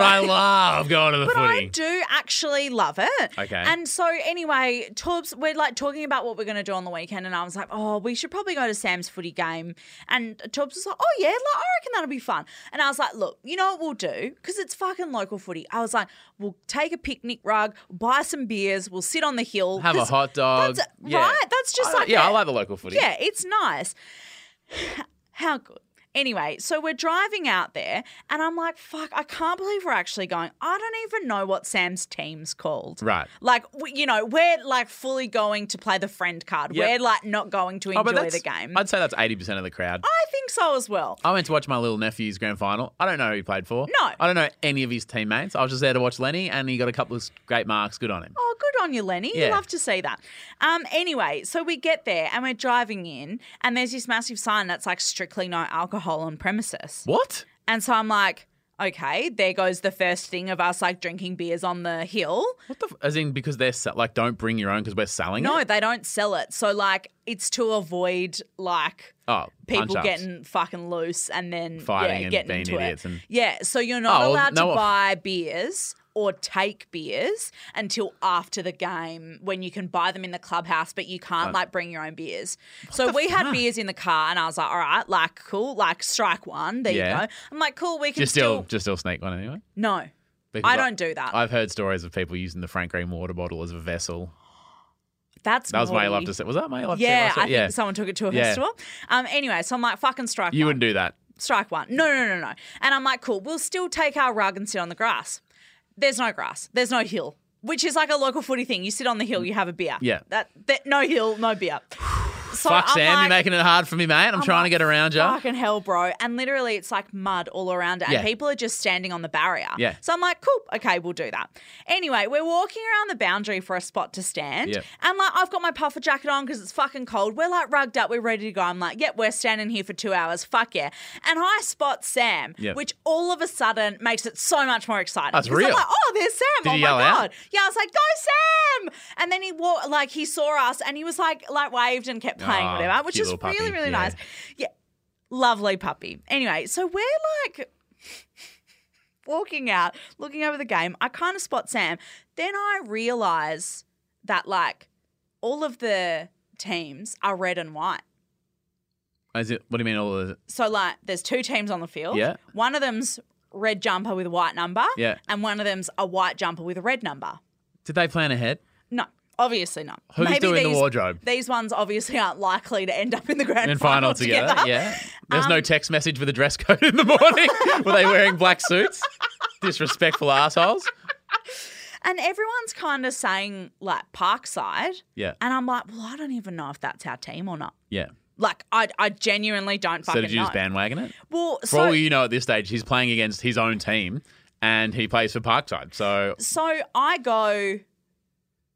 [SPEAKER 1] But I love going to the
[SPEAKER 2] But
[SPEAKER 1] footy.
[SPEAKER 2] I do actually love it.
[SPEAKER 1] Okay.
[SPEAKER 2] And so anyway, Torbs, we're like talking about what we're going to do on the weekend, and I was like, oh, we should probably go to Sam's footy game. And Torbs was like, oh yeah, like I reckon that'll be fun. And I was like, look, you know what we'll do because it's fucking local footy. I was like, we'll take a picnic rug, buy some beers, we'll sit on the hill,
[SPEAKER 1] Have a
[SPEAKER 2] 'cause
[SPEAKER 1] hot dog.
[SPEAKER 2] That's,
[SPEAKER 1] Yeah.
[SPEAKER 2] Right. That's just
[SPEAKER 1] I-
[SPEAKER 2] like
[SPEAKER 1] yeah, I
[SPEAKER 2] a-
[SPEAKER 1] like the local footy.
[SPEAKER 2] yeah, it's nice. How good. Anyway, so we're driving out there, and I'm like, fuck, I can't believe we're actually going. I don't even know what Sam's team's called.
[SPEAKER 1] Right.
[SPEAKER 2] Like, we, you know, we're like fully going to play the friend card.
[SPEAKER 1] Yep.
[SPEAKER 2] We're like not going to
[SPEAKER 1] Oh,
[SPEAKER 2] enjoy
[SPEAKER 1] but that's,
[SPEAKER 2] the game. i
[SPEAKER 1] I'd say that's 80% of the crowd.
[SPEAKER 2] think so as well.
[SPEAKER 1] I went to watch my little nephew's grand final. I don't know who he played for.
[SPEAKER 2] No.
[SPEAKER 1] I don't know any of his teammates. I was just there to watch Lenny, and he got a couple of great marks. Good on him.
[SPEAKER 2] Oh, good on you, Lenny.
[SPEAKER 1] Yeah.
[SPEAKER 2] You love to see that. Um, anyway, so we get there and we're driving in, and there's this massive sign that's like strictly no alcohol on premises.
[SPEAKER 1] What?
[SPEAKER 2] And so I'm like, okay, there goes the first thing of us like drinking beers on the hill.
[SPEAKER 1] What the? F- as in, because they're se- like, don't bring your own because we're selling
[SPEAKER 2] No,
[SPEAKER 1] it?
[SPEAKER 2] they don't sell it. So like it's to avoid like
[SPEAKER 1] Oh,
[SPEAKER 2] people
[SPEAKER 1] punch-ups.
[SPEAKER 2] getting fucking loose and then
[SPEAKER 1] Fighting
[SPEAKER 2] yeah,
[SPEAKER 1] and
[SPEAKER 2] getting
[SPEAKER 1] being
[SPEAKER 2] into
[SPEAKER 1] idiots
[SPEAKER 2] it.
[SPEAKER 1] and-
[SPEAKER 2] Yeah, so you're not
[SPEAKER 1] Oh, well,
[SPEAKER 2] allowed
[SPEAKER 1] no-
[SPEAKER 2] to buy beers or take beers until after the game when you can buy them in the clubhouse but you can't like bring your own beers. So we had beers in the car and I was like, all right, like cool, like strike one. There
[SPEAKER 1] Yeah.
[SPEAKER 2] you go. I'm like, cool, we can
[SPEAKER 1] Just
[SPEAKER 2] still,
[SPEAKER 1] still, just still sneak one anyway.
[SPEAKER 2] No.
[SPEAKER 1] Because
[SPEAKER 2] I don't do that.
[SPEAKER 1] I've heard stories of people using the Frank Green water bottle as a vessel.
[SPEAKER 2] That's
[SPEAKER 1] That was my
[SPEAKER 2] naughty.
[SPEAKER 1] love to say. Was that my love
[SPEAKER 2] Yeah,
[SPEAKER 1] to say?
[SPEAKER 2] I think someone took it to a
[SPEAKER 1] Yeah.
[SPEAKER 2] festival. Um, anyway, so I'm like, fucking strike
[SPEAKER 1] You
[SPEAKER 2] one.
[SPEAKER 1] wouldn't do that.
[SPEAKER 2] strike one. No, no, no, no. And I'm like, cool, we'll still take our rug and sit on the grass. There's no grass. There's no hill, which is like a local footy thing. You sit on the hill, you have a beer.
[SPEAKER 1] Mm. Yeah.
[SPEAKER 2] That, that no hill, no beer. So
[SPEAKER 1] Fuck,
[SPEAKER 2] I'm
[SPEAKER 1] Sam,
[SPEAKER 2] like,
[SPEAKER 1] you're making it hard for me, mate. I'm, trying to get around you.
[SPEAKER 2] Fucking hell, bro. And literally, it's like mud all around it.
[SPEAKER 1] Yeah.
[SPEAKER 2] And people are just standing on the barrier.
[SPEAKER 1] Yeah.
[SPEAKER 2] So I'm like, cool, okay, we'll do that. Anyway, we're walking around the boundary for a spot to stand.
[SPEAKER 1] Yep.
[SPEAKER 2] And like, I've got my puffer jacket on because it's fucking cold. We're like rugged up, we're ready to go. I'm like, yep, we're standing here for two hours. Fuck yeah. And I spot Sam,
[SPEAKER 1] Yep.
[SPEAKER 2] which all of a sudden makes it so much more exciting.
[SPEAKER 1] That's
[SPEAKER 2] 'Cause
[SPEAKER 1] real.
[SPEAKER 2] I'm like, oh, there's Sam.
[SPEAKER 1] Did
[SPEAKER 2] oh
[SPEAKER 1] you
[SPEAKER 2] my
[SPEAKER 1] yell out?
[SPEAKER 2] God. Yeah, I was like, go, Sam. And then he walked, like, he saw us and he was like, like, waved and kept playing,
[SPEAKER 1] Aw,
[SPEAKER 2] whatever, which
[SPEAKER 1] Ah, cute
[SPEAKER 2] is
[SPEAKER 1] little puppy.
[SPEAKER 2] really, really
[SPEAKER 1] Yeah.
[SPEAKER 2] nice. Yeah lovely puppy. Anyway, so we're like, walking out, looking over the game. I kind of spot Sam. Then I realize that like all of the teams are red and white.
[SPEAKER 1] Is it, what do you mean all of the
[SPEAKER 2] So like there's two teams on the field.
[SPEAKER 1] Yeah.
[SPEAKER 2] One of them's red jumper with a white number.
[SPEAKER 1] Yeah.
[SPEAKER 2] And one of them's a white jumper with a red number.
[SPEAKER 1] Did they plan ahead?
[SPEAKER 2] No, obviously not.
[SPEAKER 1] Who's doing the
[SPEAKER 2] these-
[SPEAKER 1] wardrobe?
[SPEAKER 2] These ones obviously aren't likely to end up in the grand
[SPEAKER 1] And
[SPEAKER 2] final,
[SPEAKER 1] final together, yeah. There's no
[SPEAKER 2] Um,
[SPEAKER 1] text message for the dress code in the morning. Were they wearing black suits? Disrespectful assholes.
[SPEAKER 2] And everyone's kind of saying like Parkside,
[SPEAKER 1] Yeah,
[SPEAKER 2] and I'm like, well, I don't even know if that's our team or not.
[SPEAKER 1] yeah.
[SPEAKER 2] Like, I, I genuinely don't fucking
[SPEAKER 1] So did you
[SPEAKER 2] know.
[SPEAKER 1] just bandwagon it?
[SPEAKER 2] well,
[SPEAKER 1] For
[SPEAKER 2] so
[SPEAKER 1] all you know, at this stage, he's playing against his own team, and he plays for Parkside. So
[SPEAKER 2] so I go.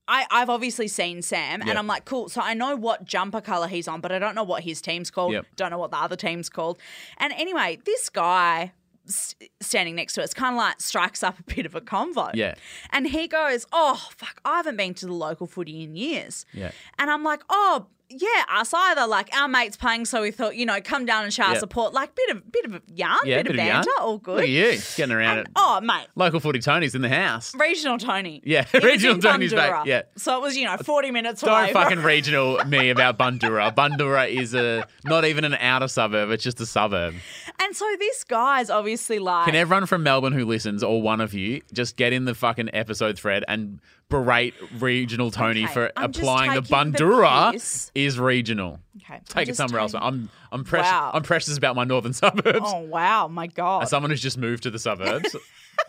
[SPEAKER 2] I, I've obviously seen Sam,
[SPEAKER 1] Yeah.
[SPEAKER 2] and I'm like, cool. So I know what jumper color he's on, but I don't know what his team's called.
[SPEAKER 1] Yep.
[SPEAKER 2] Don't know what the other team's called. And anyway, this guy s- standing next to us kind of like strikes up a bit of a convo.
[SPEAKER 1] Yeah.
[SPEAKER 2] And he goes, oh, fuck, I haven't been to the local footy in years.
[SPEAKER 1] yeah,
[SPEAKER 2] And I'm like, oh, yeah, us either. Like our mates playing, so we thought, you know, come down and show our
[SPEAKER 1] Yeah.
[SPEAKER 2] support. Like bit of bit of a yarn,
[SPEAKER 1] yeah.
[SPEAKER 2] bit, of
[SPEAKER 1] yarn.
[SPEAKER 2] banter, all good.
[SPEAKER 1] Look at you getting around
[SPEAKER 2] And,
[SPEAKER 1] it.
[SPEAKER 2] oh, mate,
[SPEAKER 1] Local footy Tony's in the house.
[SPEAKER 2] regional Tony.
[SPEAKER 1] Yeah,
[SPEAKER 2] He was
[SPEAKER 1] regional
[SPEAKER 2] in
[SPEAKER 1] Tony's back,
[SPEAKER 2] Bundura.
[SPEAKER 1] yeah.
[SPEAKER 2] So it was, you know, 40 minutes
[SPEAKER 1] Don't
[SPEAKER 2] away.
[SPEAKER 1] fucking regional me about Bundura. Bundura is a not even an outer suburb; it's just a suburb.
[SPEAKER 2] And so this guy's obviously like,
[SPEAKER 1] Can everyone from Melbourne who listens, or one of you, just get in the fucking episode thread and berate regional Tony
[SPEAKER 2] Okay,
[SPEAKER 1] for
[SPEAKER 2] I'm just
[SPEAKER 1] applying the
[SPEAKER 2] taking the
[SPEAKER 1] Bundura
[SPEAKER 2] piss.
[SPEAKER 1] is regional?
[SPEAKER 2] Okay, I'm
[SPEAKER 1] Take it
[SPEAKER 2] just
[SPEAKER 1] somewhere else.
[SPEAKER 2] taking-
[SPEAKER 1] I'm I'm precious.
[SPEAKER 2] Wow.
[SPEAKER 1] I'm precious about my northern suburbs.
[SPEAKER 2] oh, wow, my God.
[SPEAKER 1] As someone who's just moved to the suburbs,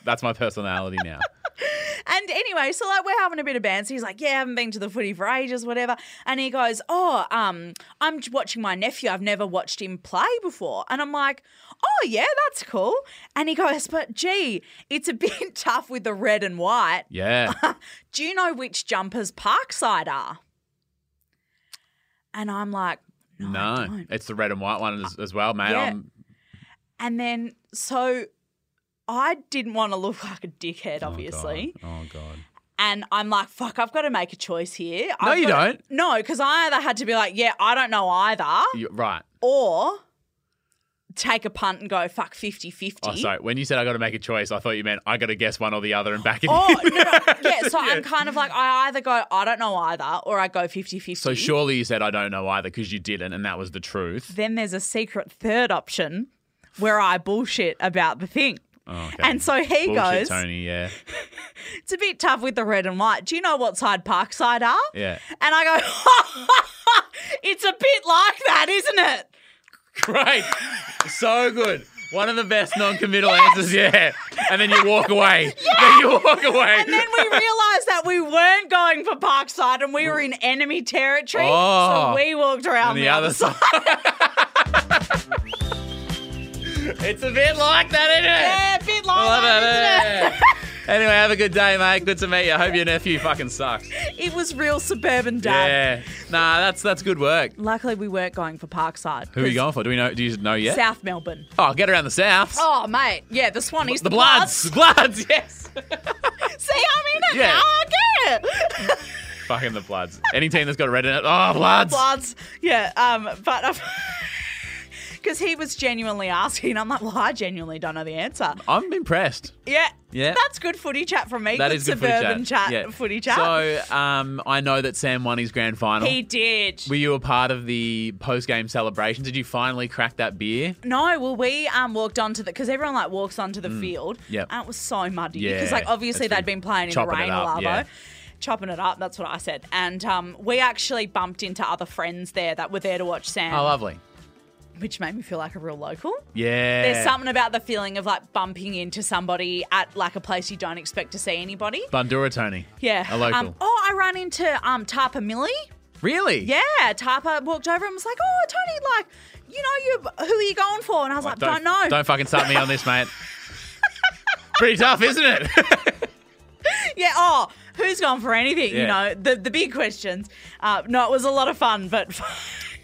[SPEAKER 1] that's my personality now.
[SPEAKER 2] And anyway, so like we're having a bit of banter. He's like, "Yeah, I haven't been to the footy for ages, whatever." And he goes, "Oh, um, I'm j- watching my nephew. I've never watched him play before." And I'm like, "Oh yeah, that's cool." And he goes, "But gee, it's a bit tough with the red and white.
[SPEAKER 1] Yeah.
[SPEAKER 2] Oh Do you know which jumpers Parkside are?" And I'm like, "No, I
[SPEAKER 1] no,
[SPEAKER 2] don't."
[SPEAKER 1] it's the red and white one as, as well, mate.
[SPEAKER 2] Yeah.
[SPEAKER 1] I'm, oh
[SPEAKER 2] And then so. I didn't want to look like a dickhead, obviously.
[SPEAKER 1] Oh, God.
[SPEAKER 2] and I'm like, fuck, I've got to make a choice here.
[SPEAKER 1] No,
[SPEAKER 2] I've
[SPEAKER 1] you
[SPEAKER 2] gotta-
[SPEAKER 1] don't.
[SPEAKER 2] No, because I either had to be like, yeah, I don't know either,
[SPEAKER 1] You- right.
[SPEAKER 2] or take a punt and go, fuck, 50 50.
[SPEAKER 1] Oh, sorry. When you said I got to make a choice, I thought you meant I got to guess one or the other and back it.
[SPEAKER 2] Oh,
[SPEAKER 1] in.
[SPEAKER 2] no, no. Yeah, so I'm kind of like, I either go, I don't know either, or I go 50 50.
[SPEAKER 1] So surely you said I don't know either because you didn't, and that was the truth.
[SPEAKER 2] Then there's a secret third option where I bullshit about the thing.
[SPEAKER 1] Oh, okay.
[SPEAKER 2] And so he
[SPEAKER 1] Bullshit,
[SPEAKER 2] goes,
[SPEAKER 1] Tony. Yeah,
[SPEAKER 2] it's a bit tough with the red and white. Do you know what side Parkside are?
[SPEAKER 1] yeah.
[SPEAKER 2] And I go, it's a bit like that, isn't it?
[SPEAKER 1] Great. so good. One of the best non-committal answers. Yeah. And then you walk away. Then you walk away.
[SPEAKER 2] And then we realised that we weren't going for Parkside and we were in enemy territory.
[SPEAKER 1] Oh.
[SPEAKER 2] So we walked
[SPEAKER 1] on
[SPEAKER 2] around
[SPEAKER 1] the,
[SPEAKER 2] the
[SPEAKER 1] other side. it's a bit like that, isn't it?
[SPEAKER 2] Yeah, a bit like
[SPEAKER 1] I love
[SPEAKER 2] that, isn't it?
[SPEAKER 1] it. yeah. anyway, have a good day, mate. Good to meet you. I hope your nephew fucking sucks.
[SPEAKER 2] It was real suburban dad.
[SPEAKER 1] Yeah. Nah, that's that's good work.
[SPEAKER 2] Luckily, we weren't going for Parkside.
[SPEAKER 1] Who are you going for? Do we know? Do you know yet?
[SPEAKER 2] South Melbourne.
[SPEAKER 1] Oh, get around the South.
[SPEAKER 2] Oh, mate. Yeah, the Swannies.
[SPEAKER 1] the Bloods. Bloods, yes.
[SPEAKER 2] See, I'm in it
[SPEAKER 1] Yeah.
[SPEAKER 2] now. I get it.
[SPEAKER 1] Fucking the Bloods. Any team that's got red in it. Oh, Bloods.
[SPEAKER 2] Bloods. Yeah, um, but I've. Because he was genuinely asking. I'm like, well, I genuinely don't know the answer.
[SPEAKER 1] I'm impressed.
[SPEAKER 2] Yeah.
[SPEAKER 1] Yeah.
[SPEAKER 2] That's good footy chat from me.
[SPEAKER 1] That
[SPEAKER 2] good
[SPEAKER 1] is good
[SPEAKER 2] suburban
[SPEAKER 1] footy chat. Yeah.
[SPEAKER 2] Footy chat.
[SPEAKER 1] So um, I know that Sam won his grand final.
[SPEAKER 2] he did.
[SPEAKER 1] Were you a part of the post game celebration? Did you finally crack that beer?
[SPEAKER 2] No, well, we um walked onto the because everyone like walks onto the field.
[SPEAKER 1] yep.
[SPEAKER 2] and it was so muddy
[SPEAKER 1] Mm. Yeah,
[SPEAKER 2] because like obviously
[SPEAKER 1] that's
[SPEAKER 2] they'd
[SPEAKER 1] been
[SPEAKER 2] been playing in the
[SPEAKER 1] chopping it
[SPEAKER 2] rain
[SPEAKER 1] up,
[SPEAKER 2] all
[SPEAKER 1] yeah.
[SPEAKER 2] arvo, chopping it up. That's what I said. And um, we actually bumped into other friends there that were there to watch Sam,
[SPEAKER 1] Oh, lovely.
[SPEAKER 2] which made me feel like a real local.
[SPEAKER 1] Yeah.
[SPEAKER 2] There's something about the feeling of like bumping into somebody at like a place you don't expect to see anybody.
[SPEAKER 1] Bandura Tony.
[SPEAKER 2] Yeah.
[SPEAKER 1] A local.
[SPEAKER 2] Um, oh, I ran into um Tarpa Millie.
[SPEAKER 1] really?
[SPEAKER 2] Yeah, Tarpa walked over and was like, "Oh, Tony, like, you know, you who are you going for?" And I was like, "Don't, know."
[SPEAKER 1] Don't fucking start me on this, mate. Pretty tough, isn't it?
[SPEAKER 2] Yeah. Oh, who's gone for anything? You
[SPEAKER 1] Yeah.
[SPEAKER 2] know, the the big questions. Uh, no, it was a lot of fun, but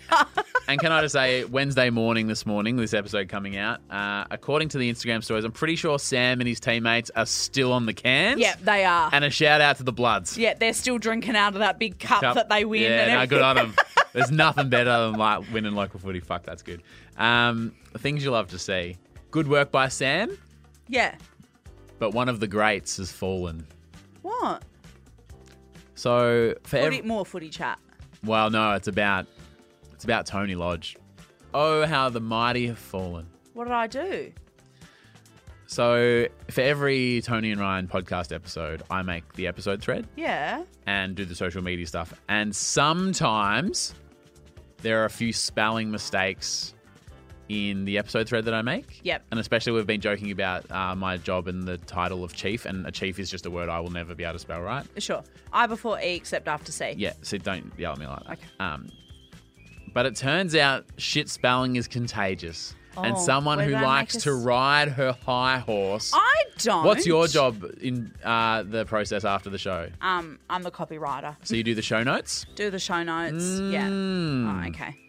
[SPEAKER 1] And can I just say, Wednesday morning this morning, this episode coming out, uh, according to the Instagram stories, I'm pretty sure Sam and his teammates are still on the cans.
[SPEAKER 2] yeah, they are.
[SPEAKER 1] And a shout out to the Bloods.
[SPEAKER 2] yeah, they're still drinking out of that big cup,
[SPEAKER 1] Cup.
[SPEAKER 2] that they win.
[SPEAKER 1] Yeah,
[SPEAKER 2] and
[SPEAKER 1] no,
[SPEAKER 2] everything.
[SPEAKER 1] good on them. There's nothing better than like winning local footy. Fuck, that's good. Um, the things you love to see. Good work by Sam.
[SPEAKER 2] Yeah.
[SPEAKER 1] but one of the greats has fallen.
[SPEAKER 2] What?
[SPEAKER 1] So for
[SPEAKER 2] Footy,
[SPEAKER 1] every,
[SPEAKER 2] more footy chat.
[SPEAKER 1] well, no, it's about it's about Tony Lodge. Oh, how the mighty have fallen.
[SPEAKER 2] What did I do?
[SPEAKER 1] So for every Tony and Ryan podcast episode, I make the episode thread
[SPEAKER 2] Yeah.
[SPEAKER 1] and do the social media stuff. And sometimes there are a few spelling mistakes in the episode thread that I make.
[SPEAKER 2] Yep.
[SPEAKER 1] And especially we've been joking about uh, my job and the title of chief, and a chief is just a word I will never be able to spell right.
[SPEAKER 2] Sure. I before E except after C.
[SPEAKER 1] Yeah, so don't yell at me like that. Um, but it turns out shit spelling is contagious. and
[SPEAKER 2] Oh,
[SPEAKER 1] someone
[SPEAKER 2] where
[SPEAKER 1] who
[SPEAKER 2] did I make
[SPEAKER 1] likes
[SPEAKER 2] this-
[SPEAKER 1] to ride her high horse.
[SPEAKER 2] I don't.
[SPEAKER 1] What's your job in uh, the process after the show?
[SPEAKER 2] Um, I'm the copywriter.
[SPEAKER 1] So you do the show notes?
[SPEAKER 2] Do the show notes. Yeah. Oh, okay. I'm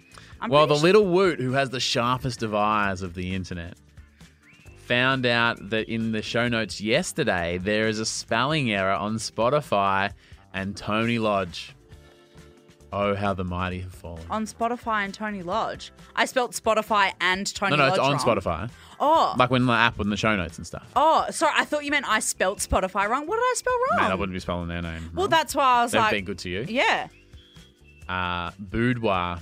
[SPEAKER 1] Mm. Well, the
[SPEAKER 2] pretty
[SPEAKER 1] little woot who has the sharpest of eyes of the internet found out that in the show notes yesterday there is a spelling error on Spotify and Tony Lodge. Oh, how the mighty have fallen.
[SPEAKER 2] on Spotify and Tony Lodge. I spelt Spotify and
[SPEAKER 1] No,
[SPEAKER 2] Tony
[SPEAKER 1] no, it's
[SPEAKER 2] Lodge.
[SPEAKER 1] on
[SPEAKER 2] wrong.
[SPEAKER 1] Spotify.
[SPEAKER 2] Oh,
[SPEAKER 1] Like when the app and the show notes and stuff.
[SPEAKER 2] oh, sorry. I thought you meant I spelt Spotify wrong. What did I spell wrong?
[SPEAKER 1] Man, I wouldn't be spelling their name.
[SPEAKER 2] Oh. well,
[SPEAKER 1] wrong.
[SPEAKER 2] that's why I was
[SPEAKER 1] They've
[SPEAKER 2] like,
[SPEAKER 1] been good to you.
[SPEAKER 2] yeah.
[SPEAKER 1] Uh, boudoir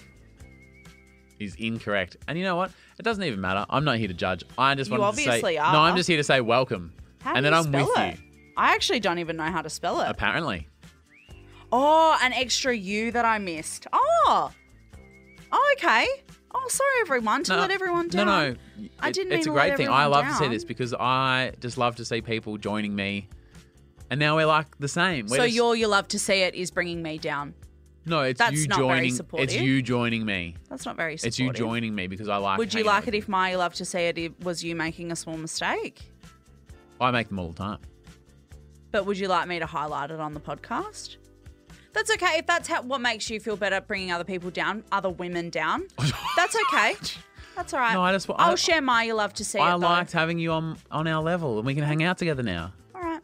[SPEAKER 1] is incorrect. And you know what? It doesn't even matter. I'm not here to judge. I just
[SPEAKER 2] You
[SPEAKER 1] wanted to say
[SPEAKER 2] obviously are.
[SPEAKER 1] No, I'm just here to say welcome.
[SPEAKER 2] How
[SPEAKER 1] and
[SPEAKER 2] do
[SPEAKER 1] then
[SPEAKER 2] you
[SPEAKER 1] I'm
[SPEAKER 2] spell
[SPEAKER 1] with
[SPEAKER 2] it?
[SPEAKER 1] you.
[SPEAKER 2] I actually don't even know how to spell it.
[SPEAKER 1] Apparently.
[SPEAKER 2] Oh, an extra U that I missed. Oh. Oh, okay. Oh, sorry, everyone, to let everyone down.
[SPEAKER 1] No, no.
[SPEAKER 2] I
[SPEAKER 1] It-
[SPEAKER 2] didn't
[SPEAKER 1] It's
[SPEAKER 2] mean
[SPEAKER 1] a
[SPEAKER 2] to
[SPEAKER 1] great
[SPEAKER 2] let
[SPEAKER 1] thing. I love
[SPEAKER 2] everyone
[SPEAKER 1] to see
[SPEAKER 2] down.
[SPEAKER 1] this because I just love to see people joining me. And now we're like the same. We're
[SPEAKER 2] So
[SPEAKER 1] just-
[SPEAKER 2] your you love to see it is bringing me down.
[SPEAKER 1] no, it's
[SPEAKER 2] that's
[SPEAKER 1] you
[SPEAKER 2] not very
[SPEAKER 1] joining. it's
[SPEAKER 2] supportive.
[SPEAKER 1] you joining me.
[SPEAKER 2] That's not very supportive.
[SPEAKER 1] It's you joining me because I like.
[SPEAKER 2] Would you
[SPEAKER 1] hanging
[SPEAKER 2] like
[SPEAKER 1] out
[SPEAKER 2] it
[SPEAKER 1] with
[SPEAKER 2] if my you love to see it i- was you making a small mistake?
[SPEAKER 1] you. I make them all the time?
[SPEAKER 2] But would you like me to highlight it on the podcast? That's okay if that's how, what makes you feel better, bringing other people down, other women down. That's okay. That's all right.
[SPEAKER 1] No, I just wa-
[SPEAKER 2] I'll
[SPEAKER 1] I-
[SPEAKER 2] share my you love to see it.
[SPEAKER 1] I
[SPEAKER 2] though.
[SPEAKER 1] liked having you on on our level, and we can hang out together now.
[SPEAKER 2] All right.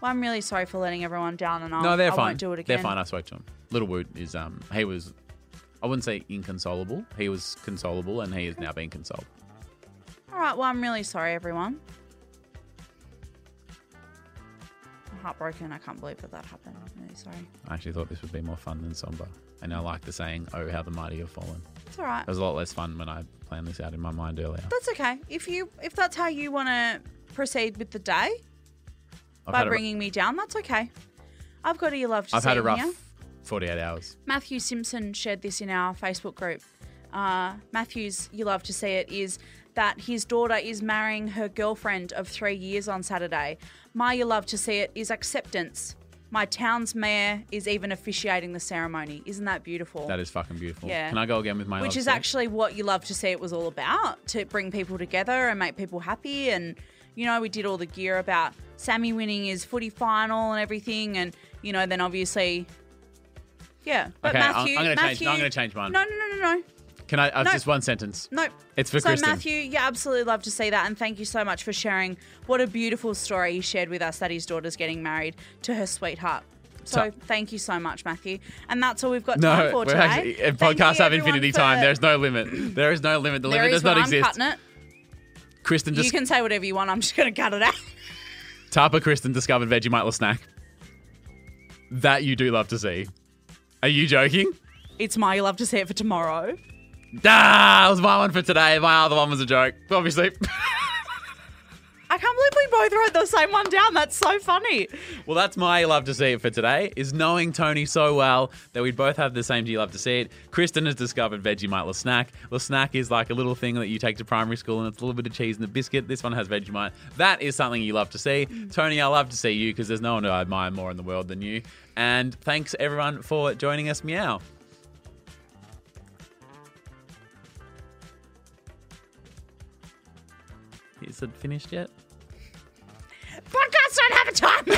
[SPEAKER 2] Well, I'm really sorry for letting everyone down, and I'll,
[SPEAKER 1] no, they're
[SPEAKER 2] I
[SPEAKER 1] fine.
[SPEAKER 2] won't do it again.
[SPEAKER 1] They're fine. I spoke to him. Little Wood is um he was, I wouldn't say inconsolable. He was consolable, and he is now being consoled.
[SPEAKER 2] All right. Well, I'm really sorry, everyone. I'm heartbroken. I can't believe that that happened. I'm really sorry.
[SPEAKER 1] I actually thought this would be more fun than somber, and I like the saying "Oh, how the mighty have fallen."
[SPEAKER 2] It's all right.
[SPEAKER 1] It was a lot less fun when I planned this out in my mind earlier.
[SPEAKER 2] That's okay. If you if that's how you want to proceed with the day
[SPEAKER 1] I've
[SPEAKER 2] by
[SPEAKER 1] had a,
[SPEAKER 2] bringing me down, that's okay. I've got a you love to
[SPEAKER 1] I've
[SPEAKER 2] see
[SPEAKER 1] had a
[SPEAKER 2] in
[SPEAKER 1] rough
[SPEAKER 2] here.
[SPEAKER 1] 48 hours.
[SPEAKER 2] Matthew Simpson shared this in our Facebook group. Uh, Matthew's, you love to see it, is that his daughter is marrying her girlfriend of three years on Saturday. My, you love to see it, is acceptance. My town's mayor is even officiating the ceremony. Isn't that beautiful?
[SPEAKER 1] That is fucking beautiful.
[SPEAKER 2] Yeah.
[SPEAKER 1] Can I go again with my?
[SPEAKER 2] Which is
[SPEAKER 1] upset?
[SPEAKER 2] actually what you love to see it was all about to bring people together and make people happy. And, you know, we did all the gear about Sammy winning his footy final and everything. And, you know, then obviously, yeah. But
[SPEAKER 1] Okay, I'm-
[SPEAKER 2] Matthew,
[SPEAKER 1] I'm gonna change-
[SPEAKER 2] Matthew-
[SPEAKER 1] I'm gonna change mine.
[SPEAKER 2] No, no, no, no, no.
[SPEAKER 1] Can I? Uh,
[SPEAKER 2] No.
[SPEAKER 1] Just one sentence.
[SPEAKER 2] Nope.
[SPEAKER 1] It's for
[SPEAKER 2] so
[SPEAKER 1] Kristen.
[SPEAKER 2] Matthew, yeah, absolutely love to see that, and thank you so much for sharing. What a beautiful story he shared with us that his daughter's getting married to her sweetheart. So
[SPEAKER 1] So-
[SPEAKER 2] thank you so much, Matthew, and that's all we've got
[SPEAKER 1] No,
[SPEAKER 2] time for
[SPEAKER 1] we're
[SPEAKER 2] today.
[SPEAKER 1] actually, and
[SPEAKER 2] Thank you,
[SPEAKER 1] podcasts have
[SPEAKER 2] everyone,
[SPEAKER 1] infinity
[SPEAKER 2] for-
[SPEAKER 1] time. There's no limit. There is no limit. The
[SPEAKER 2] There
[SPEAKER 1] limit
[SPEAKER 2] is
[SPEAKER 1] does not
[SPEAKER 2] when I'm
[SPEAKER 1] exist.
[SPEAKER 2] cutting it.
[SPEAKER 1] Kristen,
[SPEAKER 2] You
[SPEAKER 1] dis-
[SPEAKER 2] can say whatever you want. I'm just going to cut it out.
[SPEAKER 1] Tapa Kristen discovered Vegemite snack. That you do love to see. Are you joking?
[SPEAKER 2] It's my you love to see it for tomorrow.
[SPEAKER 1] Ah, that was my one for today. My other one was a joke, obviously.
[SPEAKER 2] I can't believe we both wrote the same one down. That's so funny.
[SPEAKER 1] Well, that's my love to see it for today. Is knowing Tony so well that we both have the same do you love to see it. Kristen has discovered Vegemite little snack. Little snack is like a little thing that you take to primary school, and it's a little bit of cheese and a biscuit. This one has Vegemite. That is something you love to see, Tony. I love to see you because there's no one I admire more in the world than you. And thanks everyone for joining us. Meow. Is it finished yet?
[SPEAKER 2] Podcasts don't have a time.